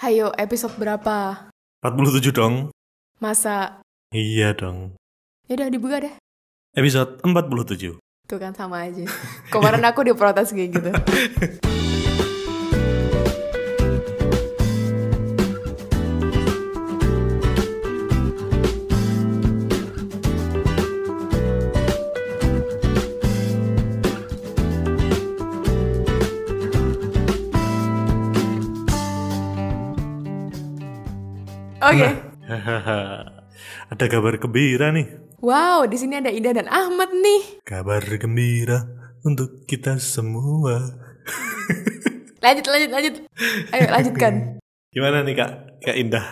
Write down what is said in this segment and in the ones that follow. Hayo, episode berapa? 47 dong. Masa? Iya dong. Yaudah, dibuka deh. Episode 47. Tuh kan sama aja. Kemarin aku diprotes kayak gitu. Oke. Hahaha. Ada kabar gembira nih. Wow, di sini ada Indah dan Ahmad nih. Kabar gembira untuk kita semua. Lanjut, lanjut, lanjut. Ayo lanjutkan. Gimana nih Kak? Kak Indah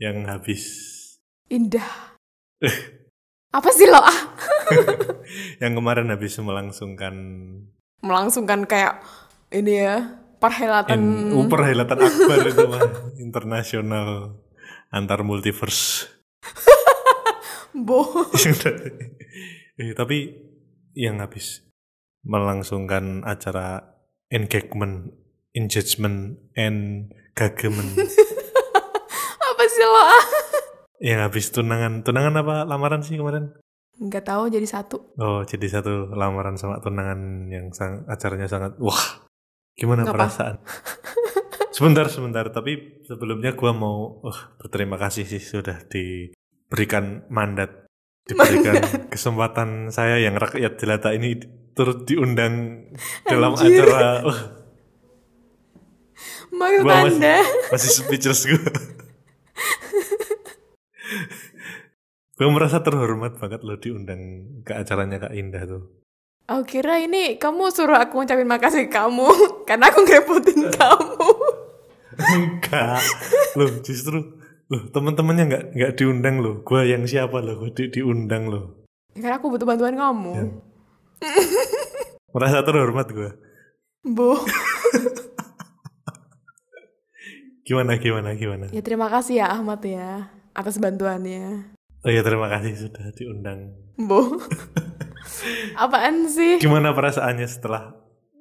yang habis Indah. Apa sih lo ah? yang kemarin habis melangsungkan Melangsungkan kayak ini ya, perhelatan in, uh, perhelatan akbar itu mah internasional antar multiverse. boh. Yang tadi. Eh, tapi yang habis melangsungkan acara engagement, engagement, and gagemen. Apa sih lo ah? yang habis tunangan, tunangan apa lamaran sih kemarin? Nggak tahu jadi satu. Oh, jadi satu lamaran sama tunangan yang sang, acaranya sangat wah. Gimana Ngapa? perasaan? sebentar, sebentar. Tapi sebelumnya gua mau wah, berterima kasih sih sudah diberikan mandat, diberikan kesempatan saya yang rakyat jelata ini turut diundang dalam Anjir. acara. Wah, Maksud Gua masih- Anda? masih speechless gue. gue merasa terhormat banget lo diundang ke acaranya Kak Indah tuh. Aku Oh, kira ini kamu suruh aku ngucapin makasih ke kamu karena aku ngerepotin kamu. enggak loh justru loh teman-temannya nggak nggak diundang loh gue yang siapa loh gue di, diundang loh Ya, Karena aku butuh bantuan kamu. Ya. merasa terhormat gue Boh. gimana gimana gimana Ya terima kasih ya Ahmad ya atas bantuannya. oh ya terima kasih sudah diundang Boh. Apaan sih? gimana perasaannya setelah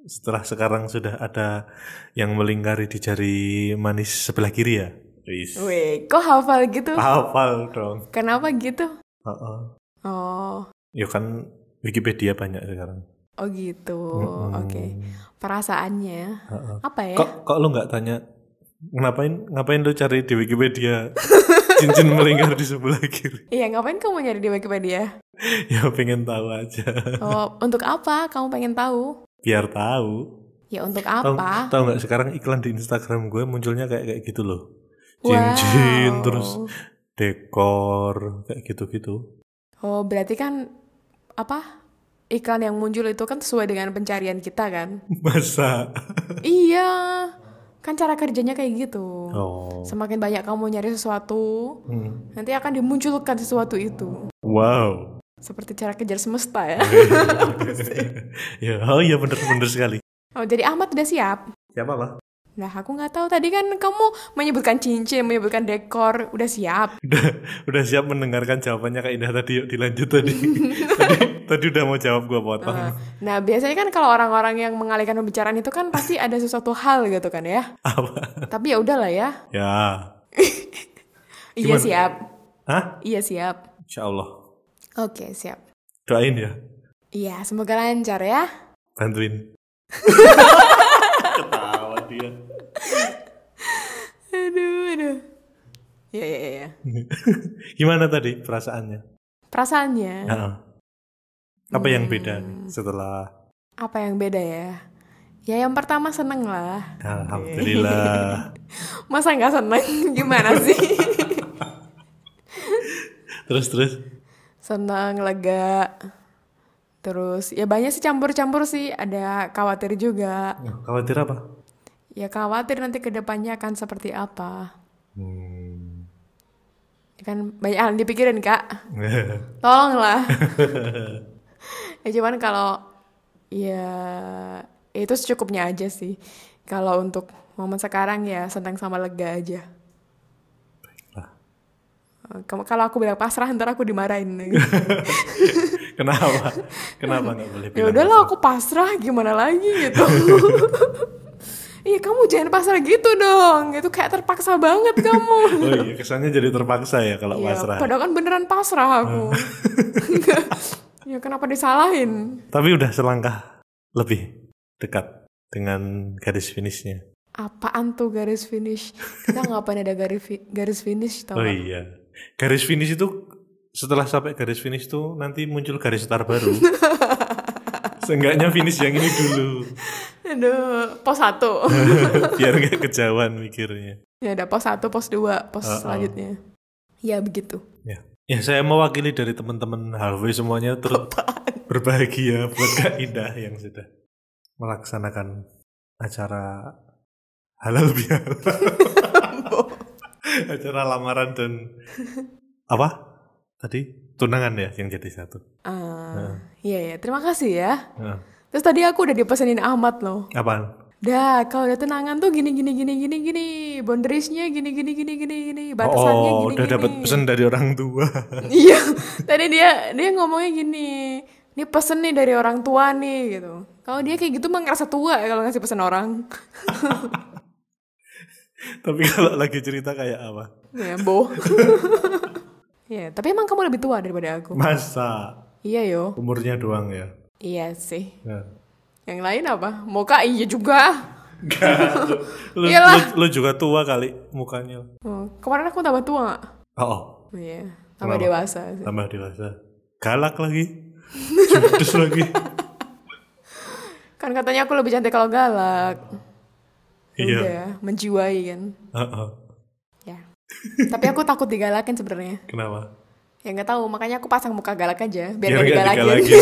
setelah sekarang sudah ada yang melingkari di jari manis sebelah kiri ya Wis. Weh, kok hafal gitu? Ah. hafal dong Kenapa gitu? Heeh. Oh, ya kan Wikipedia banyak sekarang oh gitu. Mm-mm. Oke. Perasaannya Heeh. apa ya? Kok kok lu nggak tanya ngapain ngapain lu cari di Wikipedia cincin melingkar di sebelah kiri? Iya, ngapain kamu nyari di Wikipedia? Ya pengen tahu aja. Oh, untuk apa? Kamu pengen tahu? Biar tahu. Ya untuk Tahu apa? tahu nggak sekarang iklan di Instagram gue munculnya kayak kayak gitu loh. Wow. Cincin terus dekor kayak gitu-gitu. Oh, berarti kan apa? Iklan yang muncul itu kan sesuai dengan pencarian kita kan? Masa? iya. Kan cara kerjanya kayak gitu. Oh. Semakin banyak kamu nyari sesuatu, Hmm. nanti akan dimunculkan sesuatu itu. Wow. Seperti cara kejar semesta ya. ya, oh iya bener-bener sekali. Oh, jadi Ahmad udah siap? Siapa lah? Nah, aku nggak tahu tadi kan kamu menyebutkan cincin, menyebutkan dekor, udah siap. Udah, udah siap mendengarkan jawabannya Kak Indah tadi yuk dilanjut tadi. tadi, tadi udah mau jawab gue potong. Nah, biasanya kan kalau orang-orang yang mengalihkan pembicaraan itu kan pasti ada sesuatu hal gitu kan ya. Apa? Tapi ya udahlah ya. Ya. Iya Gimana? siap. Hah? Iya siap. Insya Allah. Oke, siap. Doain ya. Iya, semoga lancar ya. Bantuin. Ketawa dia. Aduh, aduh. Iya, iya, iya. Gimana tadi perasaannya? Perasaannya, Heeh. Apa yang Hmm. beda nih setelah apa yang beda ya? Ya yang pertama seneng lah. Alhamdulillah. Masa nggak seneng? Gimana sih? terus terus. seneng, lega. Terus ya banyak sih campur-campur sih. Ada khawatir juga. Ya, Khawatir apa? Ya khawatir nanti kedepannya akan seperti apa. Hmm. Ya kan banyak hal yang dipikirin kak. Tolonglah. ya cuman kalau ya itu secukupnya aja sih. Kalau untuk momen sekarang ya senang sama lega aja. Lah, Eh, Kalau aku bilang pasrah ntar aku dimarahin. Kenapa? Kenapa nggak boleh ya bilang? udahlah aku pasrah gimana lagi gitu Iya kamu jangan pasrah gitu dong. Itu kayak terpaksa banget kamu. Oh iya, kesannya jadi terpaksa ya kalau Iya, pasrah. Ah. padahal kan beneran pasrah aku. ya kenapa disalahin? Tapi udah selangkah lebih dekat dengan garis finishnya. Apaan tuh garis finish? Kita ngapain ada garis fi- garis finish tau? Oh nggak? iya. Garis finish itu setelah sampai garis finish tuh nanti muncul garis start baru. Seenggaknya finish yang ini dulu. Aduh, pos satu. Biar gak kejauhan mikirnya. ya ada pos satu, pos dua, pos Uh-uh. selanjutnya. Ya begitu. Ya. Ya saya mewakili dari teman-teman halfway semuanya terus berbahagia buat Kak Indah yang sudah melaksanakan acara halal bihalal. acara lamaran dan apa? Tadi tunangan ya yang jadi satu. Ah, Iya ya, terima kasih ya. Nah, Terus tadi aku udah dipesenin Ahmad loh. apaan? Dah, kalau udah tunangan tuh gini gini gini gini gini, boundariesnya gini gini gini gini gini, batasannya oh, gini udah gini. dapat pesan dari orang tua. Iya, tadi dia dia ngomongnya gini, ini pesen nih dari orang tua nih gitu. Kalau dia kayak gitu mah ngerasa tua ya kalau ngasih pesan orang. Tapi kalau lagi cerita kayak apa? ya, boh. Iya, tapi emang kamu lebih tua daripada aku. Masa Iya yo, umurnya doang ya. iya sih. Nah. Yang lain apa? Moka iya juga. Lu, lu, Iyalah. lu juga tua kali mukanya. Oh, kemarin aku tambah tua. nggak? Oh, oh, Iya, tambah Kenapa? dewasa. Sih. tambah dewasa. Galak lagi. Judes lagi. Kan katanya aku lebih cantik kalau galak. Iya. Ya Udah, menjiwai kan. Oh, oh. Ya. Tapi aku takut digalakin sebenarnya. Kenapa? Ya nggak tahu, makanya aku pasang muka galak aja biar, nggak Biar gak digalakin. digalakin.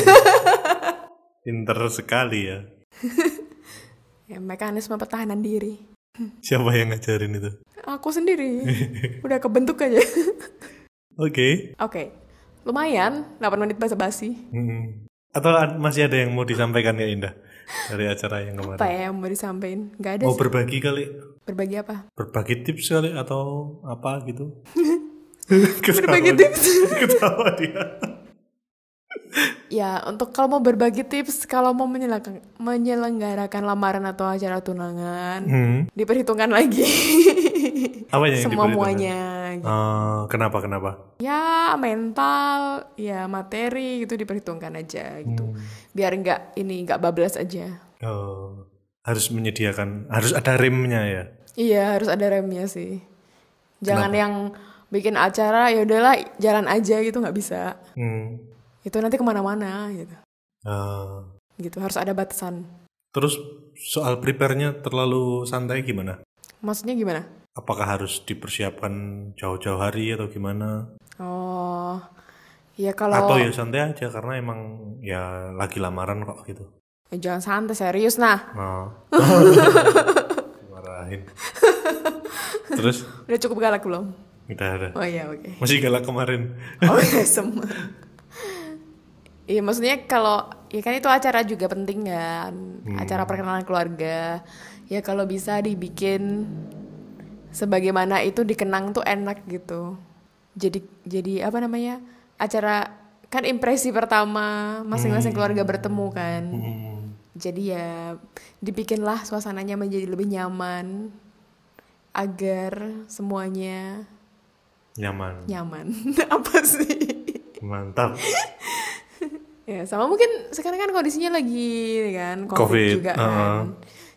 Pinter sekali ya. ya, mekanisme pertahanan diri. Siapa yang ngajarin itu? Aku sendiri udah kebentuk aja. Oke. Oke. Lumayan, 8 menit basa-basi. Mm-mm. Hmm. Atau ad- masih ada yang mau disampaikan ya Indah dari acara yang Apa kemarin? ya yang mau disampaikan? Nggak ada Mau sih. berbagi kali? Berbagi apa? berbagi tips kali atau apa gitu Berbagi dia. tips. ketawa dia Ya, untuk kalau mau berbagi tips, kalau mau menyelak- menyelenggarakan lamaran atau acara tunangan, hmm. diperhitungkan lagi. apa yang Semua diperhitungkan? muanya Eh, kenapa kenapa ya mental ya materi gitu diperhitungkan aja gitu Hmm. biar nggak ini nggak bablas aja Oh, harus menyediakan harus ada remnya ya iya harus ada remnya sih jangan yang bikin acara ya udahlah jalan aja gitu nggak bisa hmm. itu nanti kemana-mana gitu Eh, gitu harus ada batasan terus soal prepare-nya terlalu santai gimana maksudnya gimana apakah harus dipersiapkan jauh-jauh hari atau gimana oh ya kalau atau ya santai aja karena emang ya lagi lamaran kok gitu Eh, jangan santai serius nah nah marahin terus udah cukup galak belum udah ada oh iya oke Masih galak kemarin. Oh ya semua. Iya maksudnya kalau ya kan itu acara juga penting kan, acara perkenalan keluarga. Ya kalau bisa dibikin sebagaimana itu dikenang tuh enak gitu. Jadi jadi apa namanya acara kan impresi pertama masing-masing keluarga bertemu kan. Hmm. Jadi ya dibikinlah suasananya menjadi lebih nyaman agar semuanya Nyaman. nyaman. apa sih? Mantap. Ya, sama mungkin sekarang kan kondisinya lagi ini kan COVID, Covid, juga kan. uh-uh.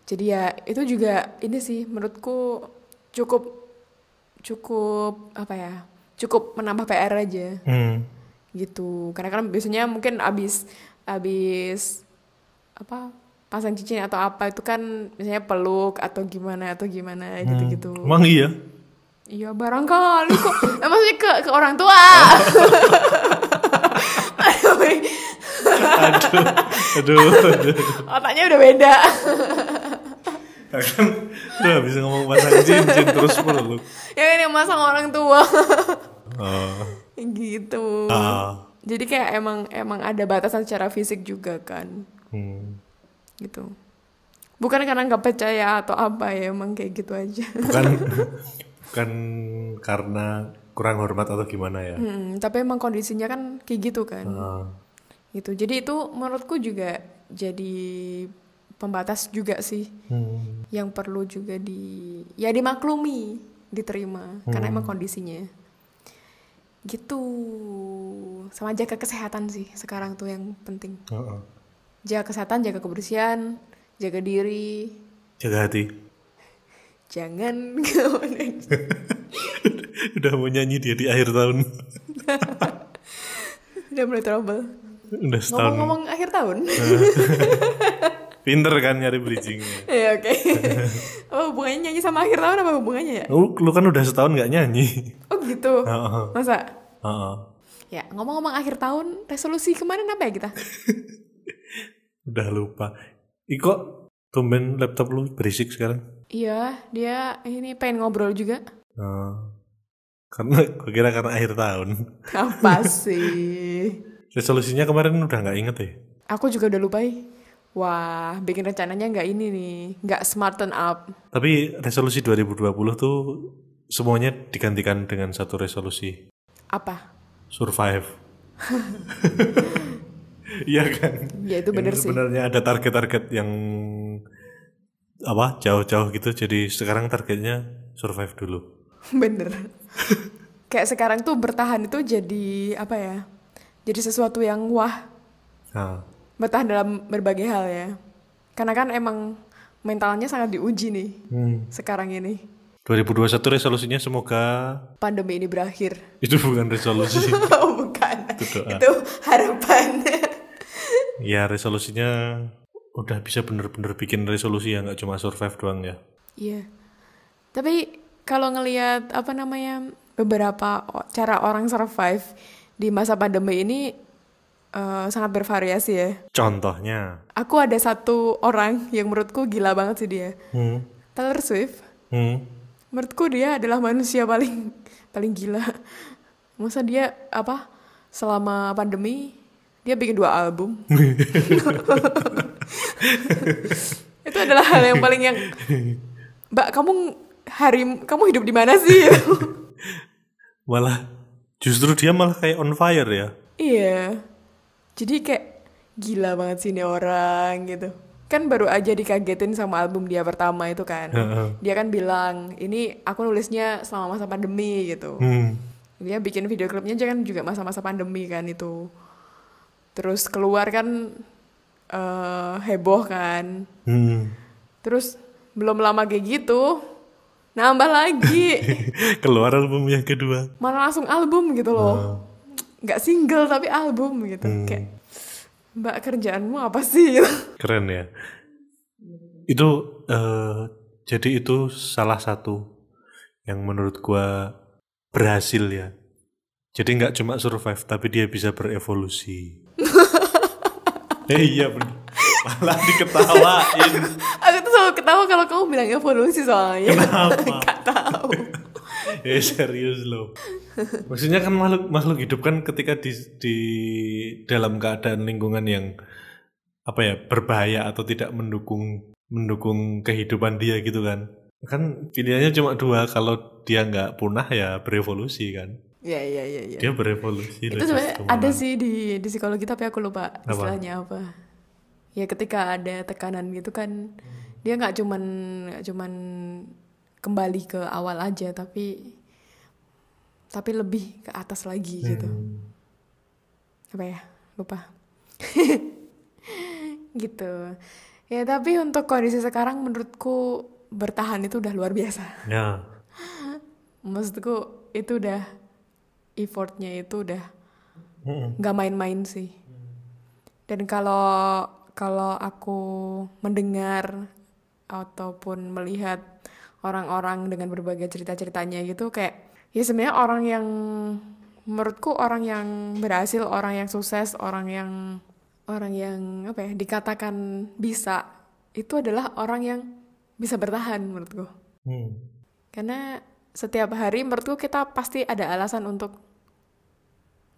Jadi ya itu juga ini sih menurutku cukup cukup apa ya? Cukup menambah PR aja Hmm. gitu. Karena kan biasanya mungkin abis abis apa? pasang cincin atau apa itu kan misalnya peluk atau gimana atau Hmm. gimana gitu-gitu. Emang iya? Iya barangkali kok Eh, maksudnya ke ke orang tua. Aduh. Aduh. Aduh. aduh. Otaknya udah beda. Kan lu habis ngomong pasang cincin terus perlu. ya kan yang masang orang tua. Oh. gitu. Ah. Jadi kayak emang emang ada batasan secara fisik juga kan. Hmm. Gitu. Bukan karena nggak percaya atau apa ya emang kayak gitu aja. Bukan bukan karena kurang hormat atau gimana ya. Mm, tapi emang kondisinya kan kayak gitu kan. Ah. Gitu. Jadi itu menurutku juga jadi pembatas juga sih Hmm. yang perlu juga di ya dimaklumi diterima karena emang kondisinya gitu sama jaga kesehatan sih sekarang tuh yang penting Heeh. jaga kesehatan jaga kebersihan jaga diri Jaga hati. jangan gitu. Udah mau nyanyi dia di akhir tahun. udah mulai trouble Udah setahun. ngomong-ngomong akhir tahun Pinter kan nyari bridgingnya. ya oke apa hubungannya nyanyi sama akhir tahun apa hubungannya ya Lu, lu kan udah setahun nggak nyanyi. Ah, oh gitu Heeh. masa Heeh. ya ngomong-ngomong akhir tahun resolusi kemarin apa ya kita Udah lupa. Iko, tumben laptop lu berisik sekarang. Iya, dia ini pengen ngobrol juga. Heeh. Ah. Karena gue kira karena akhir tahun. Apa sih? Resolusinya kemarin udah nggak inget ya. Aku juga udah lupa. ih. Wah, bikin rencananya nggak ini nih, nggak smarten up. Tapi resolusi 2020 tuh semuanya digantikan dengan satu resolusi. Apa? Survive. Iya kan? Ya itu bener Yang sih. Sebenarnya ada target-target yang apa jauh-jauh gitu. Jadi sekarang targetnya survive dulu. Bener. Kayak sekarang tuh bertahan itu jadi apa ya? Jadi sesuatu yang wah, Nah, bertahan dalam berbagai hal ya. Karena kan emang mentalnya sangat diuji nih hmm. sekarang ini. 2021 resolusinya semoga Pandemi ini berakhir. itu bukan resolusi. oh, bukan. Itu doa. itu harapan. ya resolusinya udah bisa bener-bener bikin resolusi yang nggak cuma survive doang ya. Iya. Tapi kalau ngelihat apa namanya beberapa o- cara orang survive di masa pandemi ini eh, sangat bervariasi ya. Contohnya. Aku ada satu orang yang menurutku gila banget sih dia. Hmm. Taylor Swift. Hmm. Menurutku dia adalah manusia paling paling gila. Masa dia apa selama pandemi dia bikin dua album. Itu adalah hal yang paling yang Mbak, kamu hari kamu hidup di mana sih? Malah justru dia malah kayak on fire ya. iya. Jadi kayak gila banget sih ini orang gitu. Kan baru aja dikagetin sama album dia pertama itu kan. Heeh. Dia kan bilang, ini aku nulisnya selama masa pandemi gitu. Hmm. Dia bikin video klipnya aja kan juga masa-masa pandemi kan itu. Terus keluar kan eh, heboh kan. Hmm. Terus belum lama kayak gitu nambah lagi. Keluar album yang kedua. malah langsung album gitu Nah. loh nggak single tapi album gitu Hmm. kayak mbak kerjaanmu apa sih gitu. Keren ya. Itu eh, jadi itu salah satu yang menurut gua berhasil ya. Jadi nggak cuma survive tapi dia bisa berevolusi. eh iya bener. Malah diketawain. aku tuh selalu ketawa kalau kamu bilang evolusi soalnya Kenapa? nggak tahu Eh serius loh. Maksudnya kan makhluk makhluk hidup kan ketika di di dalam keadaan lingkungan yang apa ya berbahaya atau tidak mendukung mendukung kehidupan dia gitu kan. Kan pilihannya cuma dua kalau dia nggak punah ya berevolusi kan. ya ya ya ya Dia berevolusi. itu loh, sebenarnya terus ada kemana. sih di di psikologi tapi aku lupa istilahnya apa ya ketika ada tekanan gitu kan dia nggak cuman nggak cuman kembali ke awal aja tapi tapi lebih ke atas lagi gitu apa ya lupa gitu ya tapi untuk kondisi sekarang menurutku bertahan itu udah luar biasa Ya. maksudku itu udah effortnya itu udah Mm-mm. nggak main-main sih dan kalau kalau aku mendengar ataupun melihat orang-orang dengan berbagai cerita-ceritanya gitu kayak ya sebenarnya orang yang menurutku orang yang berhasil orang yang sukses orang yang orang yang apa ya dikatakan bisa itu adalah orang yang bisa bertahan menurutku Hmm. karena setiap hari menurutku kita pasti ada alasan untuk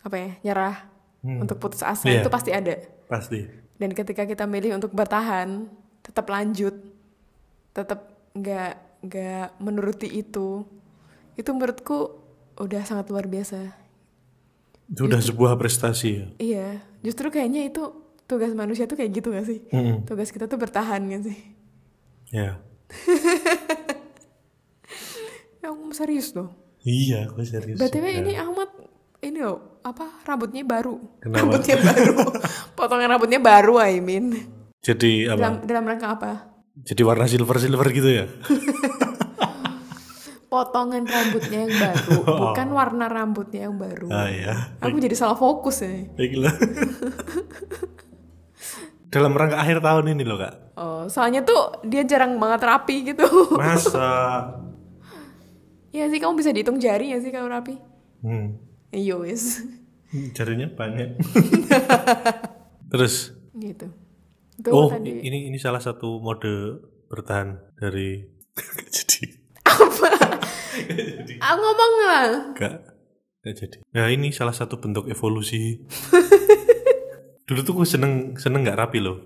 apa ya nyerah, Hmm. untuk putus asa Iya. itu pasti ada. Pasti. Dan ketika kita milih untuk bertahan, tetap lanjut, tetap nggak nggak menuruti itu, itu menurutku udah sangat luar biasa. Itu udah sebuah prestasi ya. Iya, justru kayaknya itu tugas manusia tuh kayak gitu gak sih? Mm-mm. Tugas kita tuh bertahan gak sih? Hmm, Ya. Ya, aku serius loh. Iya, gue serius. BTW Ya. ini Ahmad ini loh apa rambutnya baru? Kenapa? Rambutnya baru. Potongan rambutnya baru I mean. Jadi apa? Dalam dalam rangka apa? Jadi warna silver silver gitu ya? Potongan rambutnya yang baru, bukan warna rambutnya yang baru. ah ya. Aku jadi salah fokus ya. Ya gila. Dalam rangka akhir tahun ini loh kak. Oh, soalnya tuh dia jarang banget rapi gitu. Masa. ya sih kamu bisa dihitung jari ya sih kalau rapi. Hmm. Iya wis. Jarinya banyak. Terus. gitu. Itu oh tadi. ini ini salah satu mode bertahan dari. Gak jadi. Ah, ngomong lah. Gak. Gak jadi. Nah ini salah satu bentuk evolusi. Dulu tuh gue seneng seneng nggak rapi loh.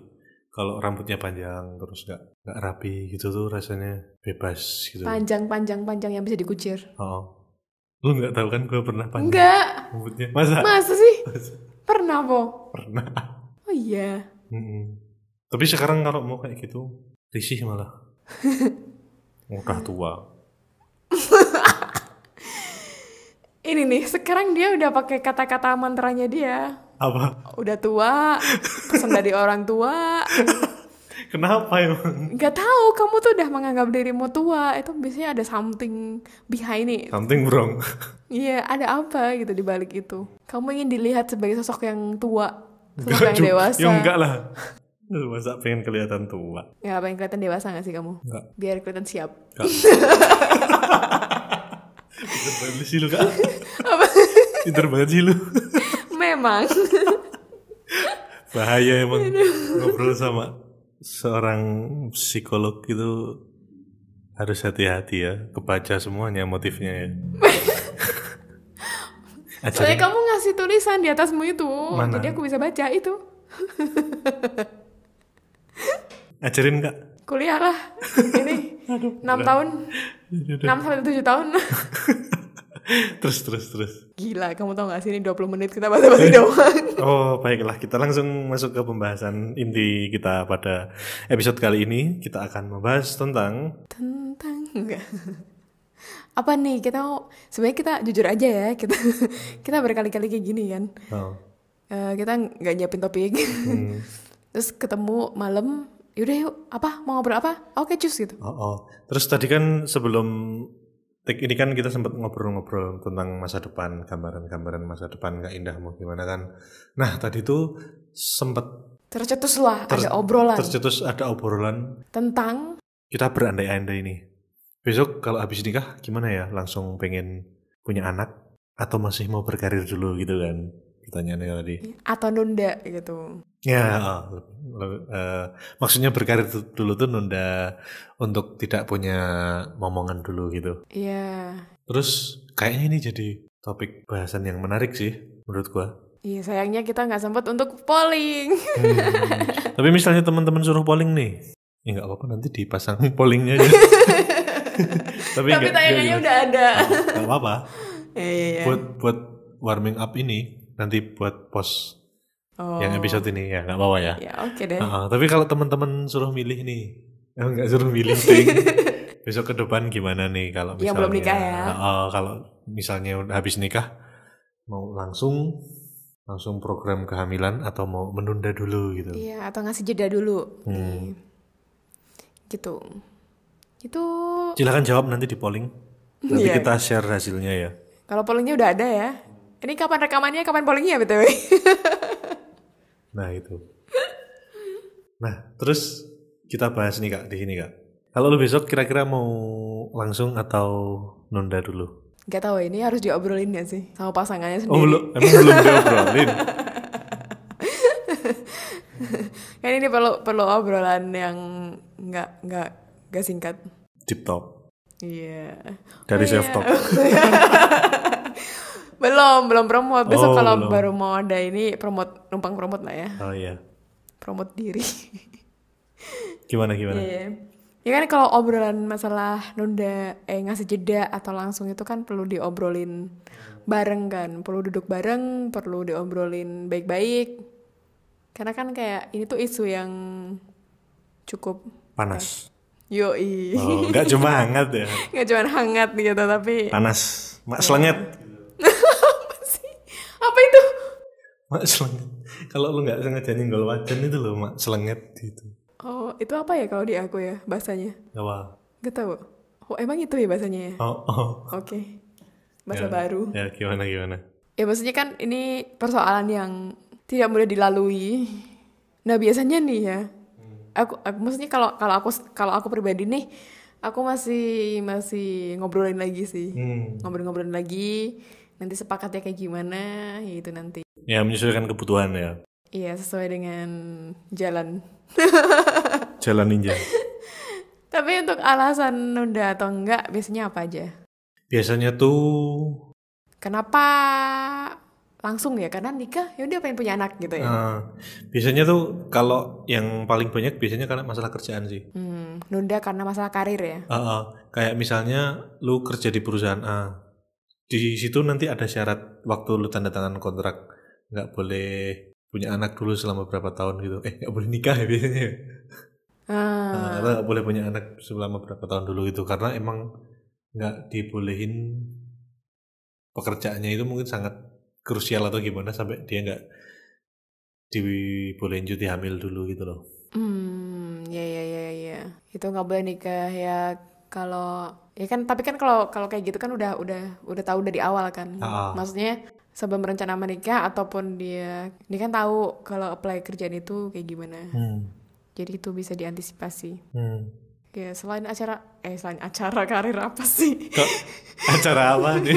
Kalau rambutnya panjang terus nggak nggak rapi gitu tuh rasanya bebas gitu. Panjang-panjang-panjang yang bisa dikucir. Oh. Lu nggak tahu kan gue pernah panjang Enggak. rambutnya. Masa? Masa sih? Pernah, Po? pernah. Oh iya. Mm-mm. Tapi sekarang kalau mau kayak gitu risih malah. Udah tua. Ini nih, sekarang dia udah pakai kata-kata mantranya dia. Apa? Udah tua, pesan dari orang tua. Kenapa emang? Nggak tahu kamu tuh udah menganggap dirimu tua. Itu biasanya ada something behind it. Something wrong. Iya, ada apa gitu di balik itu. Kamu ingin dilihat sebagai sosok yang tua, sosok Enggak yang juga. dewasa. Ya enggak lah. Masa pengen kelihatan tua? Ya, apa yang kelihatan dewasa nggak sih kamu? Enggak. Biar kelihatan siap. Pinter banget sih lu kak. Pinter banget sih lu. Memang. Bahaya emang ngobrol sama seorang psikolog itu harus hati-hati ya. Kebaca semuanya motifnya ya. Soalnya Ajarin kamu ngasih tulisan di atasmu itu. Mana? Jadi aku bisa baca itu. ajarin kak. Kuliah lah. Ini 6 tahun. 6 sampai 7 tahun. terus terus terus. Gila, kamu tau gak sih ini 20 menit kita Eh. basa-basi doang. Oh baiklah kita langsung masuk ke pembahasan inti kita pada episode kali ini kita akan membahas tentang Tentang enggak. Apa nih kita mau sebenarnya kita jujur aja ya kita kita berkali-kali kayak gini kan oh, Eh, kita nggak nyiapin topik hmm, terus ketemu malam yaudah yuk apa mau ngobrol apa oke cus gitu oh, oh. terus tadi kan sebelum take ini kan kita sempat ngobrol-ngobrol tentang masa depan gambaran-gambaran masa depan nggak indah mau gimana kan. Nah tadi tuh sempat tercetus lah Ter- ada obrolan tercetus ada obrolan tentang kita berandai-andai nih. Besok kalau habis nikah gimana ya? Langsung pengen punya anak atau masih mau berkarir dulu gitu kan? Pertanyaannya tadi. atau nunda gitu Ya, ah, le- eh, maksudnya berkarir tu- dulu tuh nunda untuk tidak punya momongan dulu gitu. Iya, Terus kayaknya ini jadi topik bahasan yang menarik sih menurut gua. iya sayangnya kita nggak sempat untuk polling. Hmm. Tapi misalnya teman-teman suruh polling nih, ya nggak apa-apa nanti dipasang pollingnya aja. Tapi, Tapi nggak- tayangannya nggak- udah ada. nggak apa-apa. Iya, iya, iya. buat buat warming up ini nanti buat post Oh. yang episode ini ya nggak apa-apa ya. Ya oke deh. Ah, tapi kalau teman-teman suruh milih nih, eh, nggak suruh milih Ting. besok ke depan gimana nih kalau misalnya Yang belum nikah ya. Ah, kalau misalnya udah habis nikah mau langsung langsung program kehamilan atau mau menunda dulu gitu. Iya. Iya, atau ngasih jeda dulu. Nih. Gitu. Itu Silahkan jawab nanti di polling. Nanti Iya. kita share hasilnya ya. kalau pollingnya udah ada ya. Ini kapan rekamannya, kapan pollingnya btw? Nah itu. Nah terus kita bahas nih kak di sini kak. Kalau lu besok kira-kira mau langsung atau nunda dulu? Gak tahu ini harus diobrolin gak sih sama pasangannya Oh sendiri. belum, emang belum diobrolin. Kan ini perlu perlu obrolan yang nggak nggak nggak singkat. Deep talk Iya. dari Oh, self iya. talk. belum belum promote besok Oh, kalau belum. baru mau ada ini promote numpang promote lah ya Oh iya. promote diri Gimana gimana? Iya. ya kan kalau obrolan masalah nunda eh ngasih jeda atau langsung itu kan perlu diobrolin bareng kan perlu duduk bareng perlu diobrolin baik-baik Karena kan kayak ini tuh isu yang cukup Panas. yoi. Oh, enggak cuma hangat ya. Nggak cuma hangat gitu, tapi Panas. Mak Iya. selenget. apa sih? Apa itu? Mak selenget. Kalau lu nggak sengaja nyenggol wajan itu loh, mak selenget gitu. Oh, itu apa ya kalau di aku ya bahasanya? Wah. Gak tahu. Oh, emang itu ya bahasanya ya? Oh, oh. Oke. Bahasa Ya, baru. Ya, gimana gimana. Ya maksudnya kan ini persoalan yang tidak mudah dilalui. Nah biasanya nih ya, Hmm. aku, aku- maksudnya kalau kalau aku kalau aku pribadi nih, aku masih masih ngobrolin lagi sih, Hmm. ngobrol-ngobrolin lagi. Nanti sepakatnya kayak gimana, ya itu nanti. Ya menyesuaikan kebutuhan ya. Iya sesuai dengan jalan. Jalan ninja. Tapi untuk alasan nunda atau enggak, biasanya apa aja? Biasanya tuh Kenapa langsung ya? Karena nikah, ya udah pengen punya anak gitu ya. eh, biasanya tuh kalau yang paling banyak biasanya karena masalah kerjaan sih. Hmm, nunda karena masalah karir ya. Ah, ah. kayak misalnya lu kerja di perusahaan A, di situ nanti ada syarat waktu lu tanda tangan kontrak nggak boleh punya anak dulu selama berapa tahun gitu. Eh nggak boleh nikah ya biasanya. ya. Ah. Ah, karena nggak boleh punya anak selama berapa tahun dulu gitu karena emang nggak dibolehin pekerjaannya itu mungkin sangat krusial atau gimana sampai dia nggak dibolehin cuti hamil dulu gitu loh. Hmm, ya ya ya ya. Itu nggak boleh nikah ya kalau ya kan tapi kan kalau kalau kayak gitu kan udah udah udah tahu dari awal kan. Ah. Maksudnya sebelum berencana menikah ataupun dia dia kan tahu kalau apply kerjaan itu kayak gimana. Hmm. Jadi itu bisa diantisipasi. Hmm. Ya selain acara eh selain acara karir apa sih? Kok acara apa nih?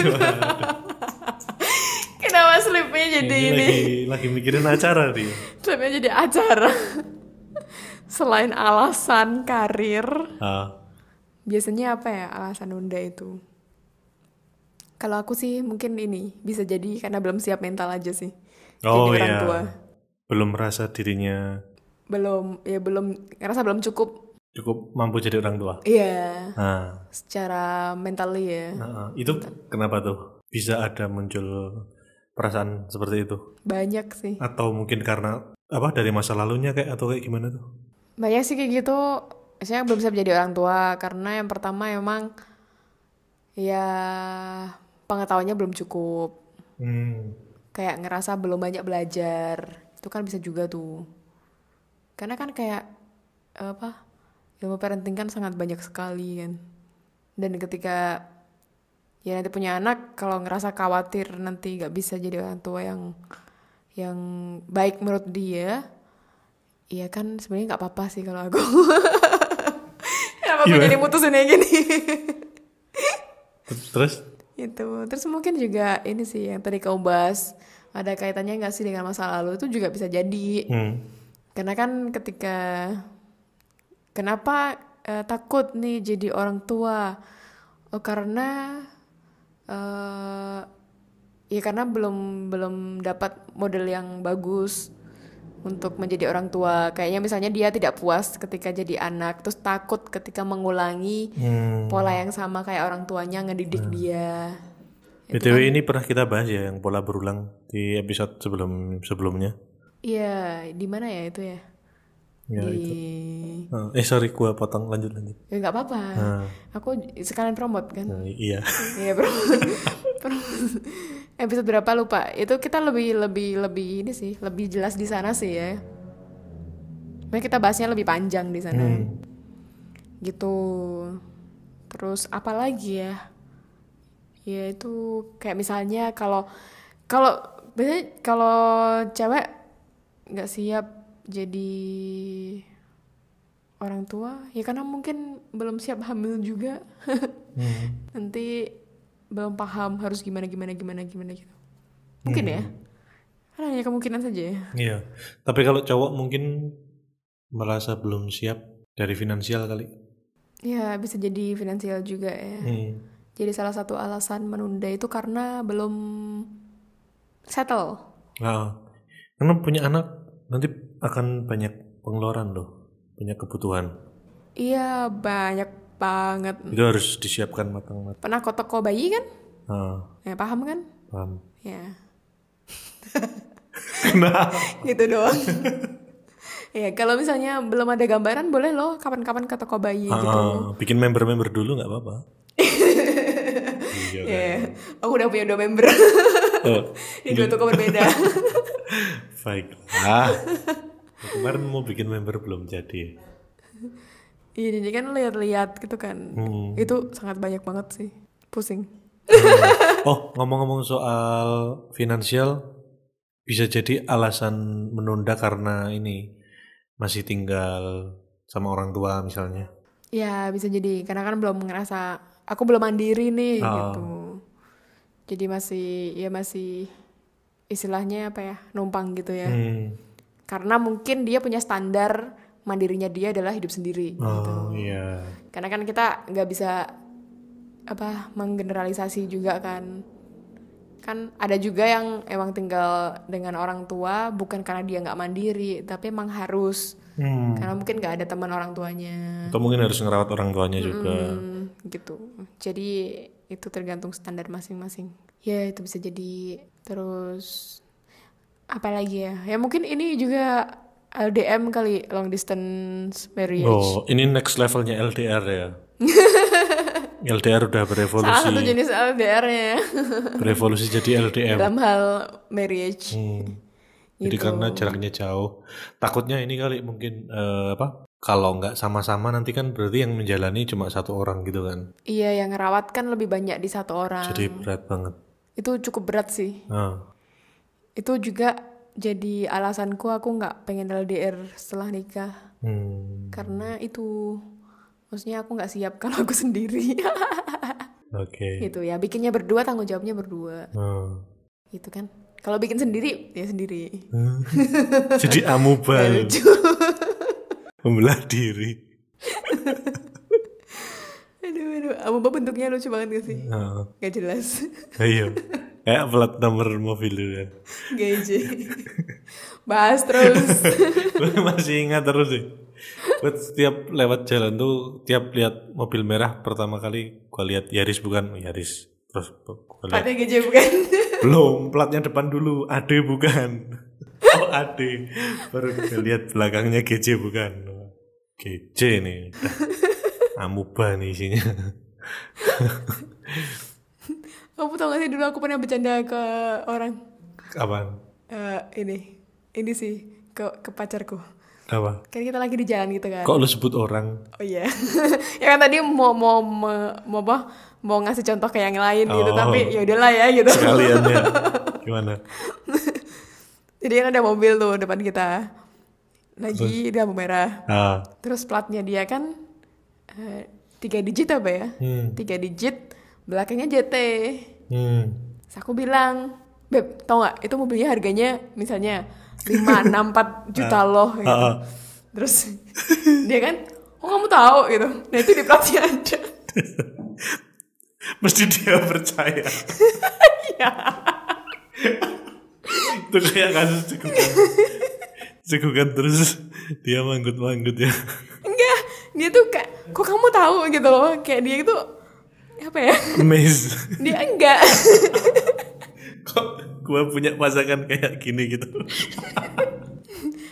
Kenapa slipnya jadi ini? lagi, lagi mikirin acara dia. Slipnya jadi acara. selain alasan karir, Ah, Biasanya apa ya alasan nunda itu? Kalau aku sih mungkin ini bisa jadi karena belum siap mental aja sih. Oh, jadi orang iya. tua. belum merasa dirinya Belum ya belum ngerasa belum cukup. cukup mampu jadi orang tua. Iya, Nah, secara mentally ya. nah, itu kenapa tuh bisa ada muncul perasaan seperti itu? Banyak sih. Atau mungkin karena apa dari masa lalunya kayak atau kayak gimana tuh? Banyak sih kayak gitu. Saya belum siap jadi orang tua karena yang pertama emang ya pengetahuannya belum cukup. Hmm. kayak ngerasa belum banyak belajar itu kan bisa juga tuh karena kan kayak apa ilmu parenting kan sangat banyak sekali kan dan ketika ya nanti punya anak kalau ngerasa khawatir nanti nggak bisa jadi orang tua yang yang baik menurut dia iya kan sebenarnya nggak apa-apa sih kalau aku kenapa aku Gimana? jadi mutusin kayak gini Terus Gitu. Terus mungkin juga ini sih yang tadi kamu bahas ada kaitannya nggak sih dengan masa lalu itu juga bisa jadi. hmm. Karena kan ketika kenapa eh, takut nih jadi orang tua? Oh, karena eh ya karena belum belum dapat model yang bagus untuk menjadi orang tua. Kayaknya misalnya dia tidak puas ketika jadi anak, terus takut ketika mengulangi Hmm. pola yang sama kayak orang tuanya ngedidik dia. BTW kan ini pernah kita bahas ya yang pola berulang di episode sebelum sebelumnya. Iya, di mana ya itu ya? Ya, di Ah, eh sorry gua potong lanjut lanjut. ya nggak apa-apa. Aku sekalian promote kan. Nah, iya. Iya, promote. Promote. Episode berapa lupa? Itu kita lebih lebih lebih ini sih, lebih jelas di sana sih ya. Makanya kita bahasnya lebih panjang di sana. Hmm. Gitu. Terus apa lagi ya? Ya itu kayak misalnya kalau kalau biasanya kalau cewek nggak siap jadi orang tua ya karena mungkin belum siap hamil juga Hmm. nanti belum paham harus gimana gimana gimana gimana gitu mungkin ya kan hanya kemungkinan saja ya Iya. Tapi kalau cowok mungkin merasa belum siap dari finansial kali. ya bisa jadi finansial juga ya Hmm. jadi salah satu alasan menunda itu karena belum settle Nah, karena punya anak nanti akan banyak pengeluaran loh, banyak kebutuhan. iya banyak banget Itu harus disiapkan matang-matang. pernah ke toko bayi kan Nah, ya paham kan paham. ya Kenapa? gitu doang. ya kalau misalnya belum ada gambaran boleh loh kapan-kapan ke toko bayi gitu. Ah, bikin member-member dulu nggak apa-apa. iya. Ya, kan? aku udah punya dua member Oh, di dua toko berbeda. baiklah. Nah, Kemarin mau bikin member belum jadi. Iya, jadi kan lihat-lihat gitu kan. Hmm. Itu sangat banyak banget sih. Pusing. Oh, ngomong-ngomong soal finansial, bisa jadi alasan menunda karena ini masih tinggal sama orang tua misalnya. Ya bisa jadi karena kan belum ngerasa aku belum mandiri nih Oh. gitu. Jadi masih ya masih istilahnya apa ya numpang gitu ya. Hmm. Karena mungkin dia punya standar mandirinya dia adalah hidup sendiri gitu. Oh iya. Karena kan kita nggak bisa apa menggeneralisasi juga kan. Kan ada juga yang emang tinggal dengan orang tua bukan karena dia nggak mandiri tapi emang harus Hmm. karena mungkin nggak ada teman orang tuanya. Atau mungkin harus ngerawat orang tuanya juga. Hmm, gitu. Jadi itu tergantung standar masing-masing. Ya itu bisa jadi terus apa lagi ya? Ya mungkin ini juga LDM kali long distance marriage. Oh, ini next levelnya LDR ya. LDR udah Salah satu berevolusi, jenis LDR-nya berevolusi jadi LDM. dalam hal marriage. Hmm. Jadi Gitu. karena jaraknya jauh, takutnya ini kali mungkin eh, apa? Kalau nggak sama-sama nanti kan berarti yang menjalani cuma satu orang gitu kan. Iya, yang ngerawat kan lebih banyak di satu orang. Jadi berat banget. Itu cukup berat sih. Nah, Itu juga jadi alasanku aku nggak pengen LDR setelah nikah. hmm, karena itu maksudnya aku nggak siap kalau aku sendiri oke. gitu ya bikinnya berdua tanggung jawabnya berdua Nah. gitu kan kalau bikin sendiri ya sendiri Jadi amuba Nggak lu, lucu membelah diri. aduh aduh amuba bentuknya lucu banget gak sih Nah, gak jelas ayo, Eh, iya. kayak plat nomor mobil lu ya. gaji bahas terus Gue masih ingat terus sih. Gue setiap lewat jalan tuh, tiap lihat mobil merah pertama kali gue lihat Yaris bukan Oh, Yaris. Terus gue lihat pada gaji bukan belum platnya depan dulu, AD bukan. Oh AD. Baru gue lihat belakangnya GJ bukan. GJ nih. Udah. Amuba nih isinya. kamu tau gak sih dulu aku pernah bercanda ke orang Apaan? Eh, ini ini sih ke ke pacarku Apa? kan kita lagi di jalan gitu kan Kok lu sebut orang? Oh iya, ya kan tadi mau mau mau, mau apa? Mau ngasih contoh ke yang lain gitu, Oh. tapi ya udahlah ya gitu. Kalian ya. Gimana? Jadi kan ada mobil tuh depan kita, lagi lampu merah. Ah. Terus platnya dia kan eh, tiga digit apa ya? Hmm. Tiga digit, belakangnya JT. Hmm. Terus aku bilang, beb, tau nggak? Itu mobilnya harganya misalnya lima enam empat juta loh. Gitu. ah, ah. Terus dia kan, oh kamu tahu gitu? Nah itu di platnya ada. Mesti dia percaya. Iya. itu kayak kasus cegukan cegukan terus dia manggut-manggut ya enggak dia tuh kayak kok kamu tahu gitu loh kayak dia itu apa ya amazed dia enggak kok gua punya pasangan kayak gini gitu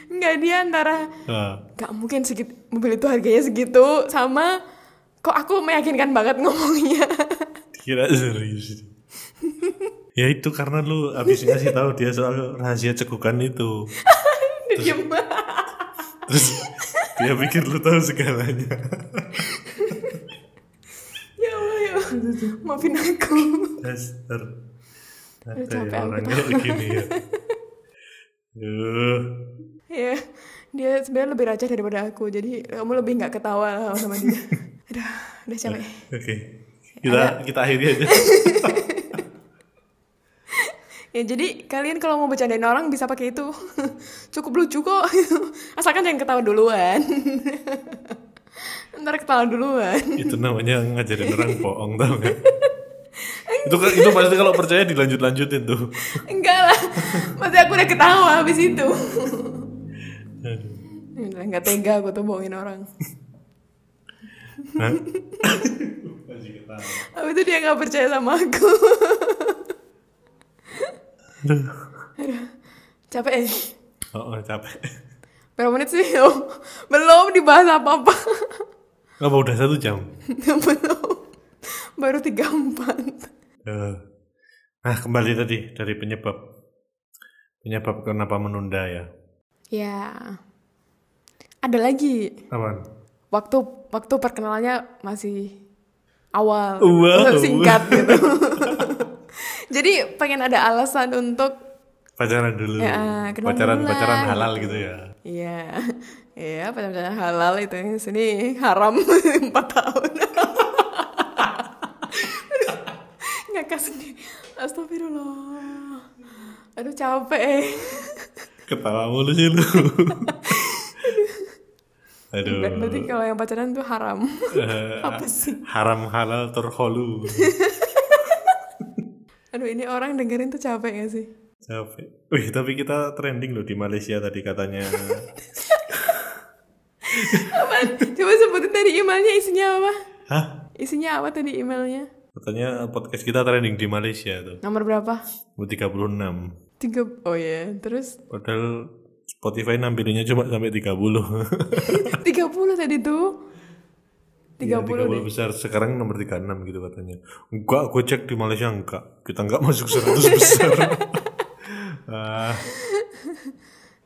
enggak dia antara nah, nggak mungkin segit mobil itu harganya segitu sama kok aku meyakinkan banget ngomongnya kira serius ya itu karena lu habis ngasih tahu dia soal rahasia cegukan itu Dia diem terus dia pikir lu tahu segalanya ya Allah ya Allah. maafin aku Dasar. Ada Aduh, capek ya aku orang tahu. kayak gini ya Duh. ya dia sebenarnya lebih racun daripada aku jadi kamu lebih nggak ketawa sama dia udah udah capek Oke. Kita kita akhiri aja. Ya jadi kalian kalau mau bercandain orang bisa pakai itu. Cukup lucu kok. Asalkan jangan ketawa duluan. Ntar ketawa duluan. itu namanya ngajarin orang bohong tau gak? itu itu pasti kalau percaya dilanjut lanjutin tuh Enggak lah. Masih aku udah ketawa habis itu. Aduh. Ya udah, Nggak tega aku tuh bohongin orang. Hah? Habis itu dia nggak percaya sama aku. Aduh. Capek ya sih? Oh, oh, capek. Berapa menit sih? Oh, belum dibahas apa-apa. Apa udah satu jam? belum. Baru tiga empat. Eh, Nah, kembali tadi dari penyebab. Penyebab kenapa menunda ya. Ya. Ada lagi. Apaan? Waktu waktu perkenalannya masih awal. Wow. Singkat gitu. Jadi pengen ada alasan untuk Pacaran dulu. Ya, kenalan pacaran dulu lah. pacaran halal gitu ya. Iya, iya pacaran halal itu ya. di sini haram 4 tahun. Ngakak sendiri. Astagfirullah. Aduh capek. Ketawa mulu sih lu. Aduh. Ber- Berarti kalau yang pacaran tuh haram. Eh, Apa sih? Haram halal terholu. Aduh ini orang dengerin tuh capek gak sih? Capek. Wih, tapi kita trending loh di Malaysia tadi katanya. Apaan? Coba sebutin tadi emailnya isinya apa? Hah? Isinya apa tadi emailnya? Katanya podcast kita trending di Malaysia tuh. Nomor berapa? Bu 36. Tiga. Oh iya, terus Padahal Spotify nampilinnya cuma sampai 30. 30 tadi tuh. 30, Iya, deh. besar sekarang nomor 36 gitu katanya enggak gue cek di Malaysia enggak kita enggak masuk 100 besar Ah,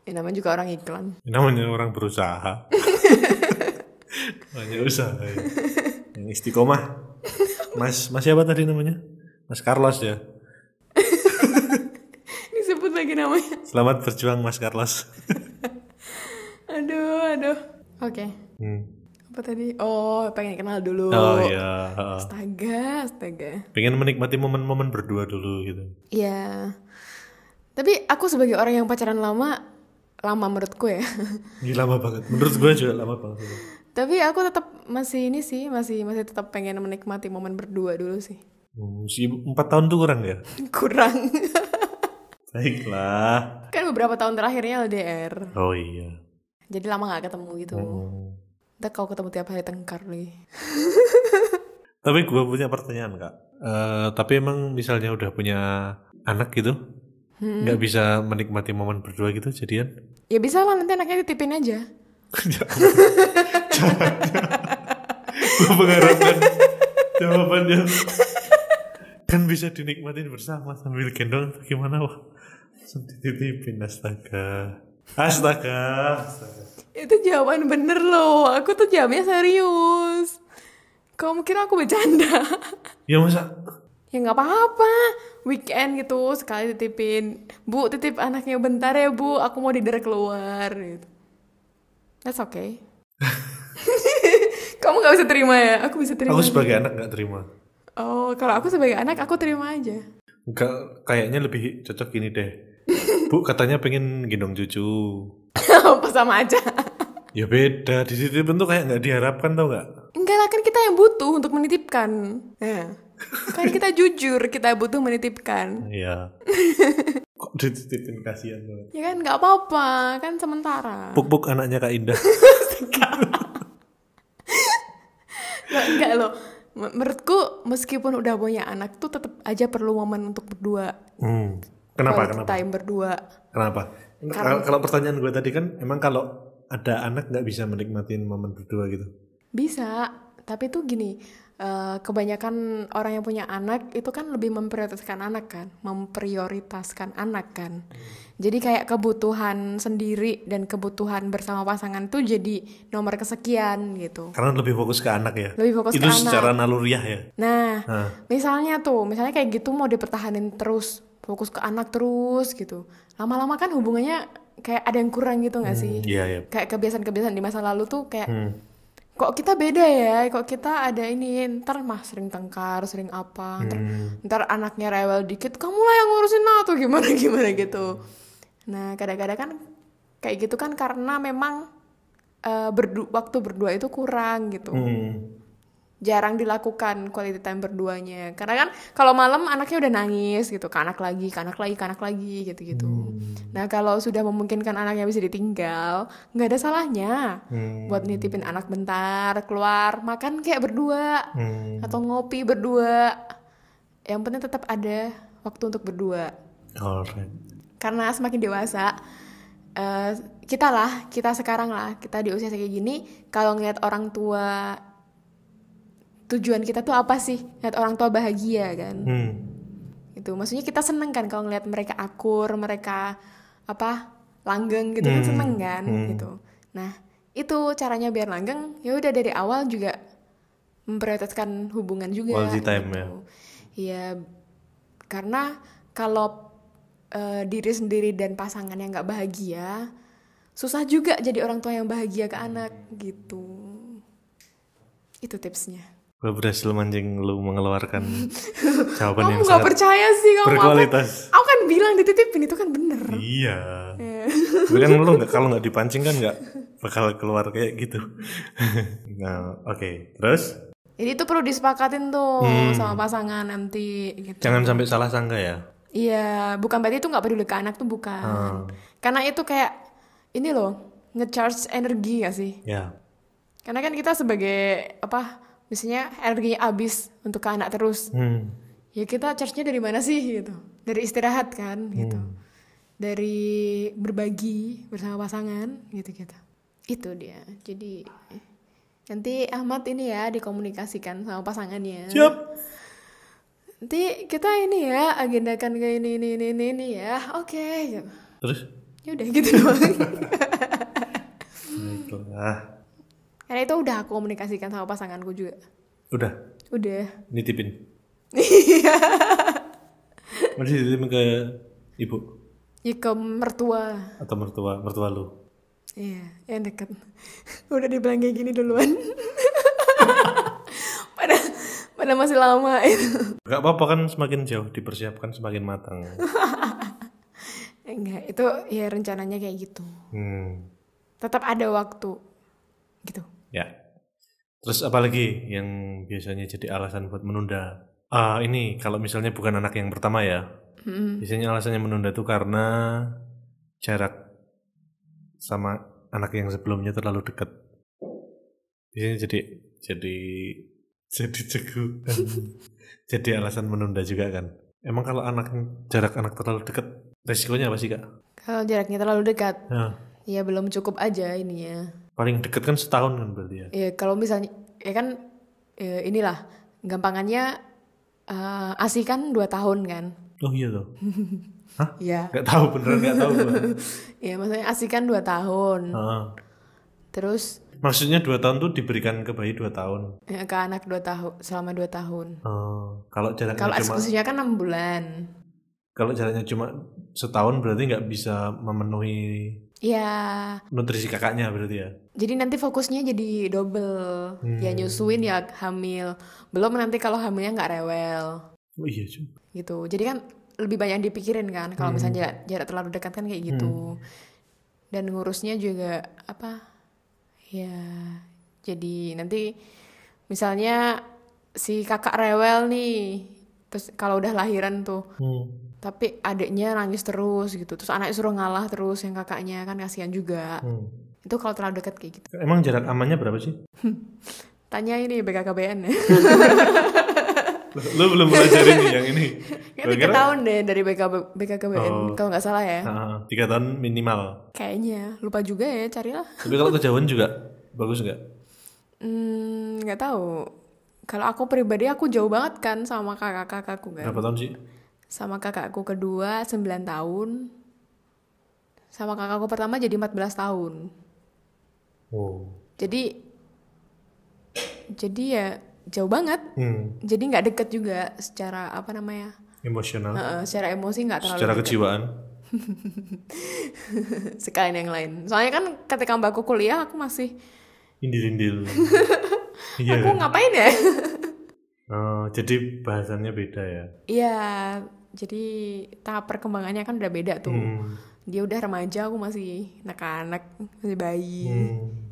Ya, namanya juga orang iklan. ini namanya orang berusaha banyak usaha ya. yang istiqomah mas mas siapa tadi namanya mas Carlos ya Disebut lagi namanya. selamat berjuang mas Carlos Aduh, aduh. Oke. Hmm. Apa tadi? Oh, pengen kenal dulu. oh iya heeh. Astaga, astaga. pengen menikmati momen-momen berdua dulu gitu Iya. Tapi aku sebagai orang yang pacaran lama, lama menurutku ya. Ini lama banget menurut gue juga lama banget Tapi aku tetap masih ini sih, masih masih tetap pengen menikmati momen berdua dulu sih. Hmm, si empat tahun tuh kurang ya Kurang. baiklah kan beberapa tahun terakhirnya LDR. Oh iya. Jadi lama gak ketemu gitu. Hmm. Ntar kalau ketemu tiap hari tengkar lagi. Tapi gue punya pertanyaan kak. Eh, tapi emang misalnya udah punya anak gitu, nggak bisa menikmati momen berdua gitu jadian? Ya bisa lah nanti anaknya titipin aja. Gue mengharapkan jawabannya kan bisa dinikmatin bersama sambil gendong atau gimana wah dititipin astaga astaga, astaga. Itu jawaban bener loh. Aku tuh jawabnya serius. Kamu kira aku bercanda? ya masa ya nggak apa-apa. Weekend gitu sekali titipin. Bu, titip anaknya bentar ya, Bu. Aku mau diderek keluar gitu. That's okay. Kamu nggak bisa terima ya? Aku bisa terima. aku sebagai anak nggak terima Oh, kalau aku sebagai anak aku terima aja. Enggak, kayaknya lebih cocok gini deh. Bu katanya pengen gendong cucu. Apa sama aja? Ya beda, di situ bentuk kayak nggak diharapkan tau nggak? Enggak lah, kan kita yang butuh untuk menitipkan. Ya. Kan kita jujur, kita butuh menitipkan. Iya. Kok dititipin kasihan banget. Ya kan nggak apa-apa, kan sementara. Puk-puk anaknya Kak Indah. Nggak, nggak loh. M- Menurutku meskipun udah punya anak tuh tetap aja perlu momen untuk berdua. Hmm. Kenapa? Quality Kenapa? Time berdua. Kenapa? Kalau kalau pertanyaan gue tadi kan, emang kalau ada anak nggak bisa menikmatin momen berdua gitu? Bisa, tapi tuh gini, eh, kebanyakan orang yang punya anak itu kan lebih memprioritaskan anak kan, memprioritaskan anak kan. Hmm. Jadi kayak kebutuhan sendiri dan kebutuhan bersama pasangan tuh jadi nomor kesekian gitu. Karena lebih fokus ke anak ya. Lebih fokus Itu ke anak. secara naluriah ya. Nah, Hah. misalnya tuh, misalnya kayak gitu mau dipertahanin terus, fokus ke anak terus gitu. Lama-lama kan hubungannya kayak ada yang kurang gitu nggak sih? Iya ya. Kayak kebiasaan-kebiasaan di masa lalu tuh kayak Hmm. kok kita beda ya, kok kita ada ini, ntar mah sering tengkar, sering apa, ntar, Hmm. ntar anaknya rewel dikit, kamu lah yang ngurusin atau gimana gimana Hmm. gitu. Nah kadang-kadang kan kayak gitu kan karena memang eh, berdu- waktu berdua itu kurang gitu Hmm. jarang dilakukan quality time berduanya karena kan kalau malam anaknya udah nangis gitu ke anak lagi ke anak lagi ke anak lagi gitu gitu Hmm. nah kalau sudah memungkinkan anaknya bisa ditinggal nggak ada salahnya Hmm. buat nitipin anak bentar keluar makan kayak berdua Hmm. atau ngopi berdua yang penting tetap ada waktu untuk berdua Alright. karena semakin dewasa eh, kita lah kita sekarang lah kita di usia kayak gini kalau ngeliat orang tua tujuan kita tuh apa sih ngeliat orang tua bahagia kan Hmm. itu Gitu. maksudnya kita seneng kan kalau ngeliat mereka akur mereka apa langgeng gitu kan Hmm, seneng kan hmm. gitu nah itu caranya biar langgeng ya udah dari awal juga memprioritaskan hubungan juga gitu. Quality time, ya. Iya, karena kalau eh, diri sendiri dan pasangan yang nggak bahagia susah juga jadi orang tua yang bahagia ke anak Hmm. gitu itu tipsnya Gue berhasil mancing lu mengeluarkan jawaban yang kamu nggak sangat percaya sih kamu apa berkualitas. Aku kan bilang dititipin itu kan bener. Iya. Tapi kan lu nggak- kalau nggak dipancing kan nggak bakal keluar kayak gitu. nah, oke. Terus Jadi itu perlu disepakatin tuh Hmm. sama pasangan nanti. Gitu. jangan sampai salah sangka ya. Iya, bukan berarti itu nggak peduli ke anak tuh Hmm. bukan. Karena itu kayak ini loh ngecharge energi gak sih? Ya. Karena kan kita sebagai apa? Misalnya energinya habis untuk ke anak terus. Hmm. Ya kita charge-nya dari mana sih gitu? Dari istirahat kan gitu. Dari berbagi bersama pasangan gitu-gitu. Itu dia. Jadi nanti Ahmad ini ya dikomunikasikan sama pasangannya. Siap. Nanti kita ini ya agendakan ke ini ini ini ini, ini ya. Oke. gitu. Terus? Ya udah gitu doang. Baiklah. Karena itu udah aku komunikasikan sama pasanganku juga. Udah. Udah. Nitipin. Iya. Masih dititipin ke ibu Ya ke mertua. atau mertua mertua lu. Iya, yang deket. Udah dibilang kayak gini duluan. pada pada masih lama itu. Gak apa-apa kan semakin jauh dipersiapkan semakin matang. Enggak, itu ya rencananya kayak gitu. Hmm. Tetap ada waktu. Gitu. Ya. Terus apalagi yang biasanya jadi alasan buat menunda? Ah, ini kalau misalnya bukan anak yang pertama ya. Mm. Biasanya alasannya menunda itu karena jarak sama anak yang sebelumnya terlalu dekat. Biasanya jadi jadi jadi cegukan. jadi alasan menunda juga kan. Emang kalau anak jarak anak terlalu dekat, resikonya apa sih kak? Kalau jaraknya terlalu dekat, Nah, ya belum cukup aja ininya. paling dekat kan setahun kan berarti ya. Ya kalau misalnya ya kan ya inilah gampangannya eh ASI kan 2 tahun kan. Oh iya tuh. Iya. Gak tahu beneran gak tahu. gua. Ya maksudnya ASI kan 2 tahun. Ah. Terus Maksudnya dua tahun tuh diberikan ke bayi dua tahun. eh, ke anak 2 tahun selama 2 tahun. Oh, kalau jaraknya Kalau cuma eksekusinya kan 6 bulan. kalau jaraknya cuma setahun berarti nggak bisa memenuhi Ya, nutrisi kakaknya berarti ya. jadi nanti fokusnya jadi double. Ya nyusuin ya hamil. Belum nanti kalau hamilnya nggak rewel Oh iya juga. gitu. Jadi kan lebih banyak yang dipikirin kan kalau misalnya jarak, jarak terlalu dekat kan kayak gitu. Dan ngurusnya juga apa? Ya, jadi nanti misalnya si kakak rewel nih. Terus kalau udah lahiran tuh Hmm. tapi adiknya nangis terus gitu terus anaknya suruh ngalah terus yang kakaknya kan kasihan juga hmm. itu kalau terlalu dekat kayak gitu Emang jarak amannya berapa sih? tanya ini BKKBN ya Lo belum belajarin nih yang ini. Kayak Gua tiga kira- tahun deh dari BKB, BKKBN Oh. kalau nggak salah ya Ah, tiga tahun minimal. kayaknya lupa juga ya carilah Tapi kalau kejauhan juga bagus nggak? Hmm, nggak tahu kalau aku pribadi aku jauh banget kan sama kakak-kakakku kan Berapa tahun sih? sama kakakku kedua 9 tahun sama kakakku pertama jadi 14 tahun Oh. jadi jadi ya jauh banget Hmm. jadi nggak deket juga secara apa namanya Emosional. Heeh, secara emosi nggak terlalu Secara deket. kejiwaan. sekalian yang lain soalnya kan ketika mbakku kuliah aku masih Indil-indil. Iya. aku ngapain ya Oh, jadi bahasannya beda ya. iya jadi tahap perkembangannya kan udah beda tuh Hmm. dia udah remaja aku masih anak-anak masih bayi Hmm.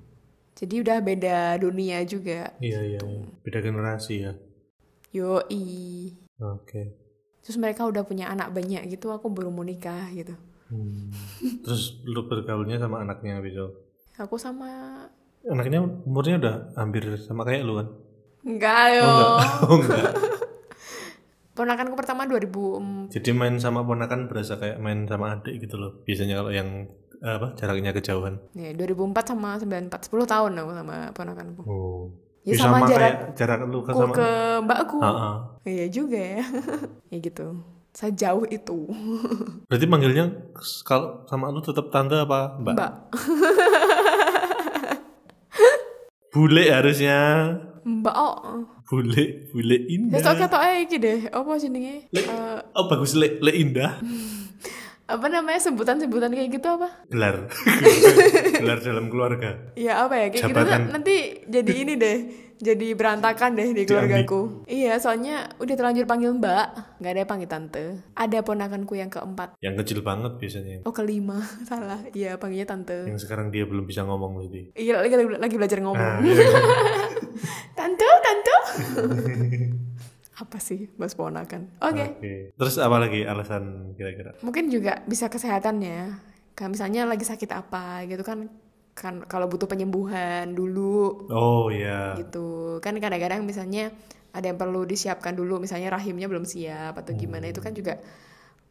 jadi udah beda dunia juga Iya iya, gitu. beda generasi ya. yoi Oke. terus mereka udah punya anak banyak gitu aku baru mau nikah gitu Hmm. Terus lu bergaulnya sama anaknya besok. aku sama Anaknya umurnya udah hampir sama kayak lu kan? enggak yo Oh enggak. Oh enggak. Ponakanku pertama 2000 Jadi main sama ponakan berasa kayak main sama adik gitu loh. Biasanya kalau yang apa jaraknya kejauhan. ya 2004 sama 94 10 tahun aku sama ponakanku. Oh. Ya, Ya, sama sama, jarak- kayak jarak lu ke Ku sama. ke mbakku. Heeh. Iya juga ya. ya gitu. Sejauh itu. Berarti manggilnya s- kalau sama lu tetap tante apa mbak? Mbak. Bule harusnya. Mbak oh. Bule, bule Ya indah. sok ketok ae iki deh. Apa jenenge? Le- Eh, oh bagus le, le indah. apa namanya sebutan-sebutan kayak gitu apa? Gelar. Gelar dalam keluarga. Ya apa ya kayak gitu tuh Jabatan. nanti jadi ini deh. Jadi berantakan deh di keluargaku. Iya, soalnya udah terlanjur panggil Mbak, nggak ada yang panggil tante. Ada ponakanku yang keempat. Yang kecil banget biasanya. Oh, kelima. Salah. Iya, panggilnya tante. Yang sekarang dia belum bisa ngomong jadi. Iya, lagi, lagi, lagi belajar ngomong. Nah, iya. Tante, tante. apa sih bahas ponakan? Oke. Oke. Terus apa lagi alasan kira-kira? Mungkin juga bisa kesehatannya. Kayak misalnya lagi sakit apa gitu kan kan kalau butuh penyembuhan dulu Oh ya. gitu. Kan kadang-kadang misalnya ada yang perlu disiapkan dulu misalnya rahimnya belum siap atau gimana itu Hmm. kan juga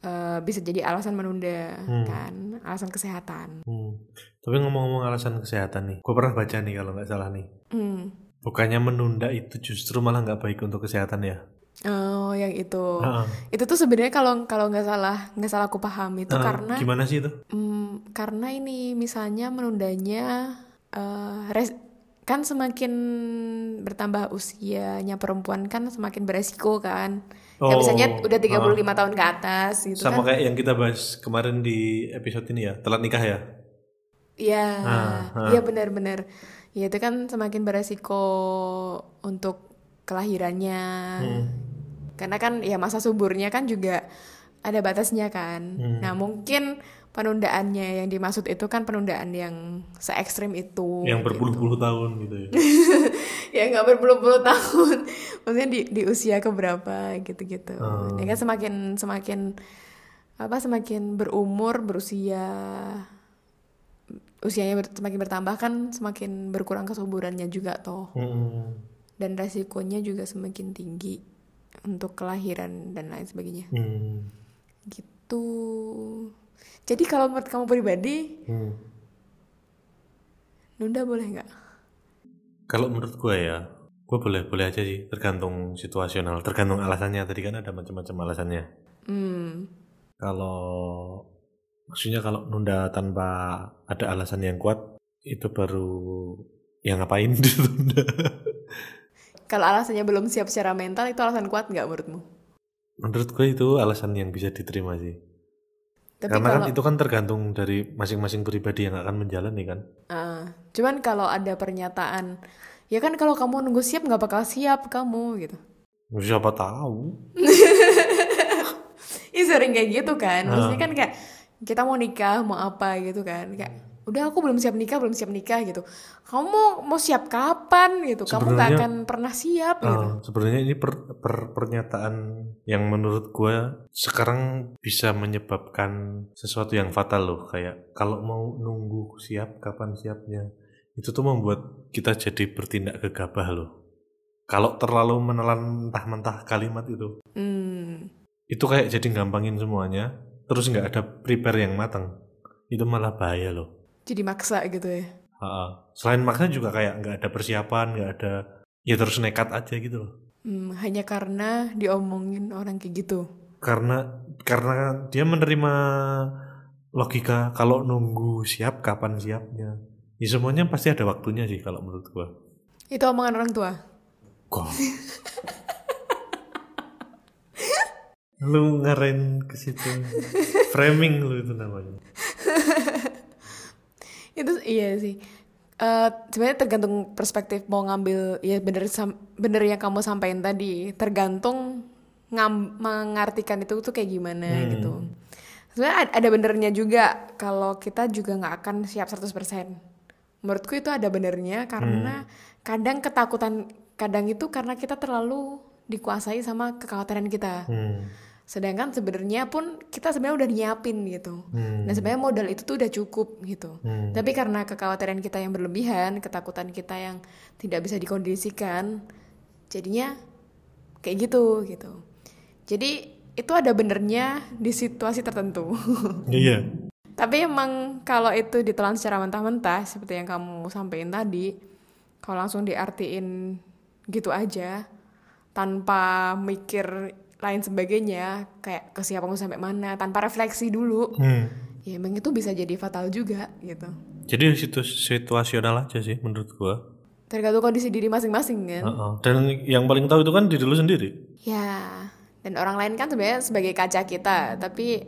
eh, bisa jadi alasan menunda kan, alasan kesehatan. Hmm. Tapi ngomong-ngomong alasan kesehatan nih, gue pernah baca nih kalau nggak salah nih. Hmm. Bukannya menunda itu justru malah nggak baik untuk kesehatan ya? Oh, yang itu. Heeh. Itu tuh sebenarnya kalau kalau nggak salah, nggak salah aku paham itu Eh, karena gimana sih itu? Hmm, karena ini misalnya menundanya eh, res- kan semakin bertambah usianya perempuan kan semakin beresiko kan. Ya, Oh, misalnya udah ah. 35 tahun ke atas gitu Sama kan. kayak yang kita bahas kemarin di episode ini ya, telat nikah ya. Iya. Ah, ah. Iya benar-benar. Ya itu kan semakin beresiko untuk kelahirannya. Hmm. Karena kan ya masa suburnya kan juga ada batasnya kan. Nah, mungkin penundaannya yang dimaksud itu kan penundaan yang se ekstrim itu. yang gitu. berpuluh-puluh tahun gitu ya. ya nggak berpuluh-puluh tahun maksudnya di di usia keberapa gitu-gitu ya kan semakin semakin apa semakin berumur berusia usianya ber- semakin bertambah kan semakin berkurang kesuburannya juga toh Hmm. dan resikonya juga semakin tinggi untuk kelahiran dan lain sebagainya Hmm. gitu jadi kalau menurut kamu pribadi Hmm. nunda boleh nggak Kalau menurut gue ya, gue boleh-boleh aja sih, tergantung situasional, tergantung alasannya. Tadi kan ada macam-macam alasannya. hmm kalau maksudnya kalau nunda tanpa ada alasan yang kuat itu baru yang ngapain ditunda kalau alasannya belum siap secara mental itu alasan kuat nggak menurutmu menurut gue itu alasan yang bisa diterima sih Tapi karena kalau kan itu kan tergantung dari masing-masing pribadi yang akan menjalani kan Ah, cuman kalau ada pernyataan, ya kan kalau kamu nunggu siap nggak bakal siap kamu gitu. siapa tahu Ih sering kayak gitu kan. Maksudnya Ah. kan kayak kita mau nikah, mau apa gitu kan. Kayak udah aku belum siap nikah, belum siap nikah gitu. Kamu mau siap kapan gitu? Kamu nggak Sebenarnya- akan pernah siap gitu. Eh, sebenarnya ini per- per- pernyataan yang menurut gue sekarang bisa menyebabkan sesuatu yang fatal loh kayak kalau mau nunggu siap kapan siapnya itu tuh membuat kita jadi bertindak gegabah loh kalau terlalu menelan mentah-mentah kalimat itu Hmm. itu kayak jadi gampangin semuanya terus nggak ada prepare yang matang itu malah bahaya loh Jadi maksa gitu ya. Ha-ha. selain maksa juga kayak nggak ada persiapan nggak ada ya terus nekat aja gitu loh Hmm, hanya karena diomongin orang kayak gitu. karena karena dia menerima logika kalau nunggu siap kapan siapnya ya semuanya pasti ada waktunya sih kalau menurut gua Itu omongan orang tua. Kok? lu ngeren ke situ framing lu itu namanya itu iya sih Eh sebenarnya tergantung perspektif mau ngambil ya bener sam- bener yang kamu sampaikan tadi tergantung ngam, mengartikan itu tuh kayak gimana gitu sebenarnya ad- ada benernya juga kalau kita juga nggak akan siap 100% menurutku itu ada benernya karena kadang ketakutan kadang itu karena kita terlalu dikuasai sama kekhawatiran kita hmm. sedangkan sebenarnya pun kita sebenarnya udah nyiapin gitu nah sebenarnya modal itu tuh udah cukup gitu Hmm. tapi karena kekhawatiran kita yang berlebihan ketakutan kita yang tidak bisa dikondisikan jadinya kayak gitu gitu Jadi itu ada benernya di situasi tertentu. Iya. Tapi emang kalau itu ditelan secara mentah-mentah seperti yang kamu sampein tadi, kalau langsung diartiin gitu aja tanpa mikir lain sebagainya, kayak kesiapanmu sampai mana, tanpa refleksi dulu, Hmm. ya emang itu bisa jadi fatal juga gitu. Jadi situ situasional aja sih menurut gua. Tergantung kondisi diri masing-masing kan. Heeh. Dan yang paling tahu itu kan diri lu sendiri. Ya, dan orang lain kan sebenarnya sebagai kaca kita, tapi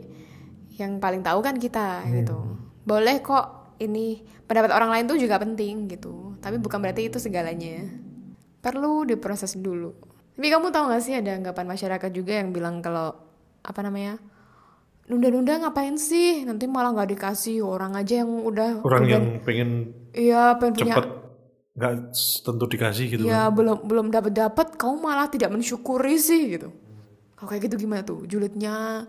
yang paling tahu kan kita Hmm. gitu. Boleh kok ini pendapat orang lain tuh juga penting gitu, tapi bukan berarti itu segalanya. Perlu diproses dulu. Tapi kamu tahu gak sih ada anggapan masyarakat juga yang bilang kalau apa namanya nunda-nunda ngapain sih? Nanti malah nggak dikasih orang aja yang udah Orang udah- yang pengen iya pengen punya cepet nggak s- tentu dikasih gitu kan. Ya belum belum dapat dapat kamu malah tidak mensyukuri sih gitu. Kalau kayak gitu gimana tuh? Julidnya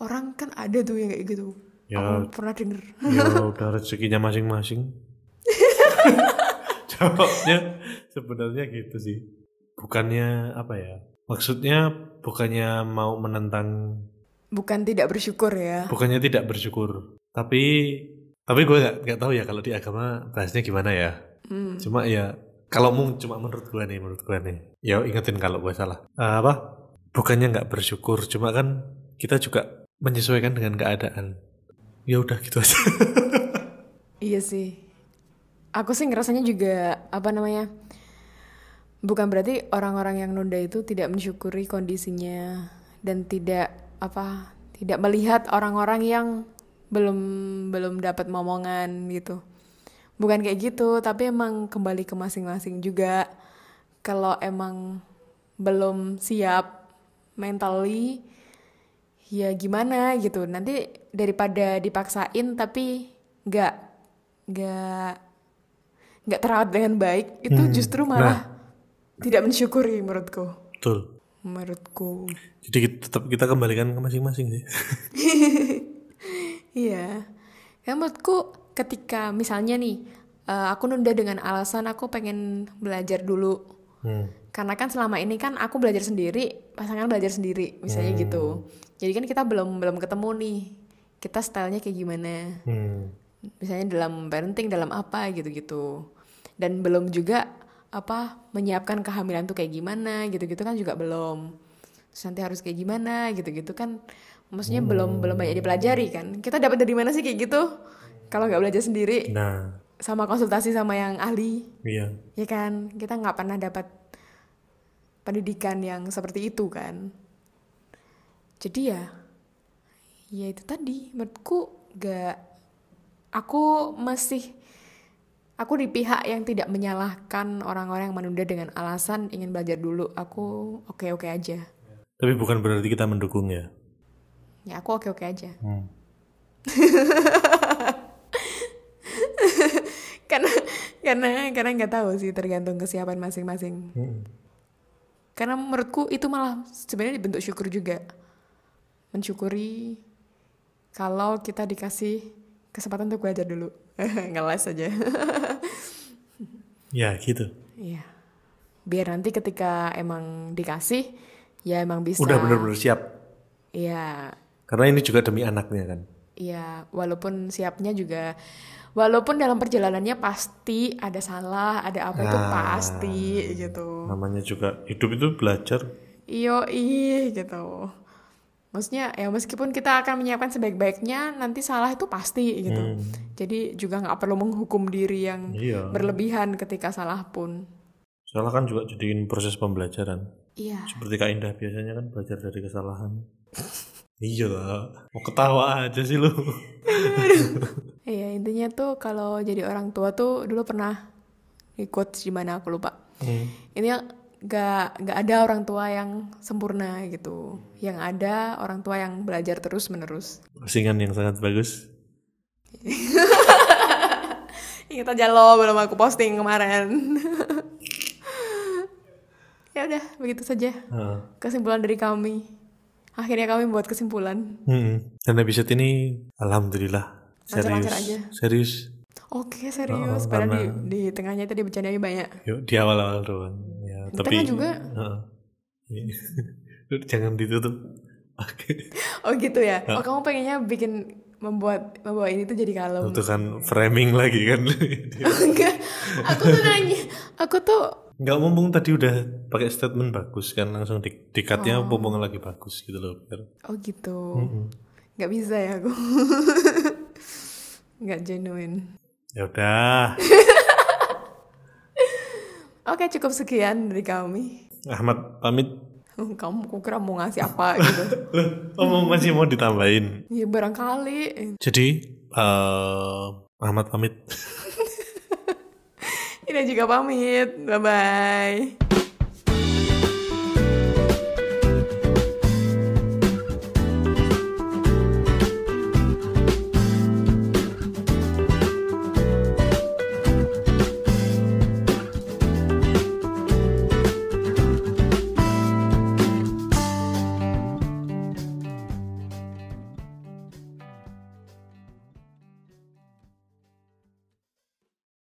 orang kan ada tuh yang kayak gitu. Ya. Aku pernah denger. Ya udah rezekinya masing-masing. Jawabnya sebenarnya gitu sih. Bukannya apa ya? Maksudnya bukannya mau menentang, Bukan tidak bersyukur ya. bukannya tidak bersyukur. Tapi tapi gue nggak nggak tahu ya kalau di agama bahasnya gimana ya. Hmm. Cuma ya kalau mung cuma menurut gue nih, menurut gue nih. Ya ingetin kalau gue salah. Eh, apa? Bukannya nggak bersyukur, cuma kan kita juga menyesuaikan dengan keadaan. Ya udah gitu aja. Iya sih. Aku sih ngerasanya juga apa namanya? Bukan berarti orang-orang yang nunda itu tidak mensyukuri kondisinya dan tidak apa? Tidak melihat orang-orang yang belum belum dapat momongan gitu. Bukan kayak gitu, tapi emang kembali ke masing-masing juga. Kalau emang belum siap mentally ya gimana gitu nanti daripada dipaksain tapi nggak nggak nggak terawat dengan baik itu justru malah tidak mensyukuri menurutku Betul. menurutku Jadi kita- tetap kita kembalikan ke masing-masing sih. iya ya menurutku ketika misalnya nih eh, aku nunda dengan alasan aku pengen belajar dulu Hmm. karena kan selama ini kan aku belajar sendiri pasangan belajar sendiri misalnya gitu jadi kan kita belum belum ketemu nih kita stylenya kayak gimana Hmm. misalnya dalam parenting dalam apa gitu-gitu dan belum juga apa menyiapkan kehamilan tuh kayak gimana gitu-gitu kan juga belum Terus nanti harus kayak gimana gitu-gitu kan maksudnya belum belum banyak dipelajari kan kita dapat dari mana sih kayak gitu kalau nggak belajar sendiri Nah, sama konsultasi sama yang ahli iya. ya kan kita nggak pernah dapat pendidikan yang seperti itu kan jadi ya ya itu tadi menurutku nggak aku masih aku di pihak yang tidak menyalahkan orang-orang yang menunda dengan alasan ingin belajar dulu aku oke oke aja Tapi bukan berarti kita mendukung ya. ya aku oke oke aja Hmm. karena karena karena nggak tahu sih tergantung kesiapan masing-masing Hmm. karena menurutku itu malah sebenarnya bentuk syukur juga mensyukuri kalau kita dikasih kesempatan untuk belajar dulu ngeles aja Ya gitu. iya biar nanti ketika emang dikasih ya emang bisa Udah benar-benar siap. iya Karena ini juga demi anaknya kan. iya walaupun siapnya juga walaupun dalam perjalanannya pasti ada salah ada apa itu Ah. pasti gitu Namanya juga hidup itu belajar. Iyo ih gitu. Maksudnya ya meskipun kita akan menyiapkan sebaik-baiknya, nanti salah itu pasti gitu. Jadi juga nggak perlu menghukum diri yang Iya. berlebihan ketika salah pun. Soalnya kan juga jadiin proses pembelajaran. Iya. Seperti Kak Indah biasanya kan belajar dari kesalahan. iya lah. Mau ketawa aja sih lu. Iya intinya tuh kalau jadi orang tua tuh dulu pernah ikut di mana aku lupa. Hmm. Ini nggak nggak ada orang tua yang sempurna gitu. Yang ada orang tua yang belajar terus menerus. Postingan yang sangat bagus. Ingat aja lo belum aku posting kemarin. ya udah, begitu saja Ah. kesimpulan dari kami. Akhirnya kami buat kesimpulan. Mm-mm. Dan episode ini alhamdulillah serius. Lancar-lancar aja. Serius. Oke, serius. Oh, Padahal karena- di, di tengahnya tadi bercandanya banyak. Yuk di awal-awal doang. Ya, Di tapi tengah juga. Heeh. Iya. Jangan ditutup. Oke. Oh gitu ya. Oh kamu pengennya bikin membuat membawa ini tuh jadi kalem. Itu kan framing lagi kan. Enggak. Aku tuh nanya. Aku tuh Enggak mumpung tadi udah pakai statement bagus kan langsung di dikatnya mumpung lagi bagus gitu loh. Biar- oh gitu. Mm-mm. Nggak bisa ya aku. Nggak genuine. Ya udah. Oke cukup sekian dari kami. Ahmad pamit. Kamu aku kira mau ngasih apa gitu. Loh, oh, mau- masih mau ditambahin. ya barangkali. Jadi eh Ahmad pamit. Ina juga pamit. Bye-bye.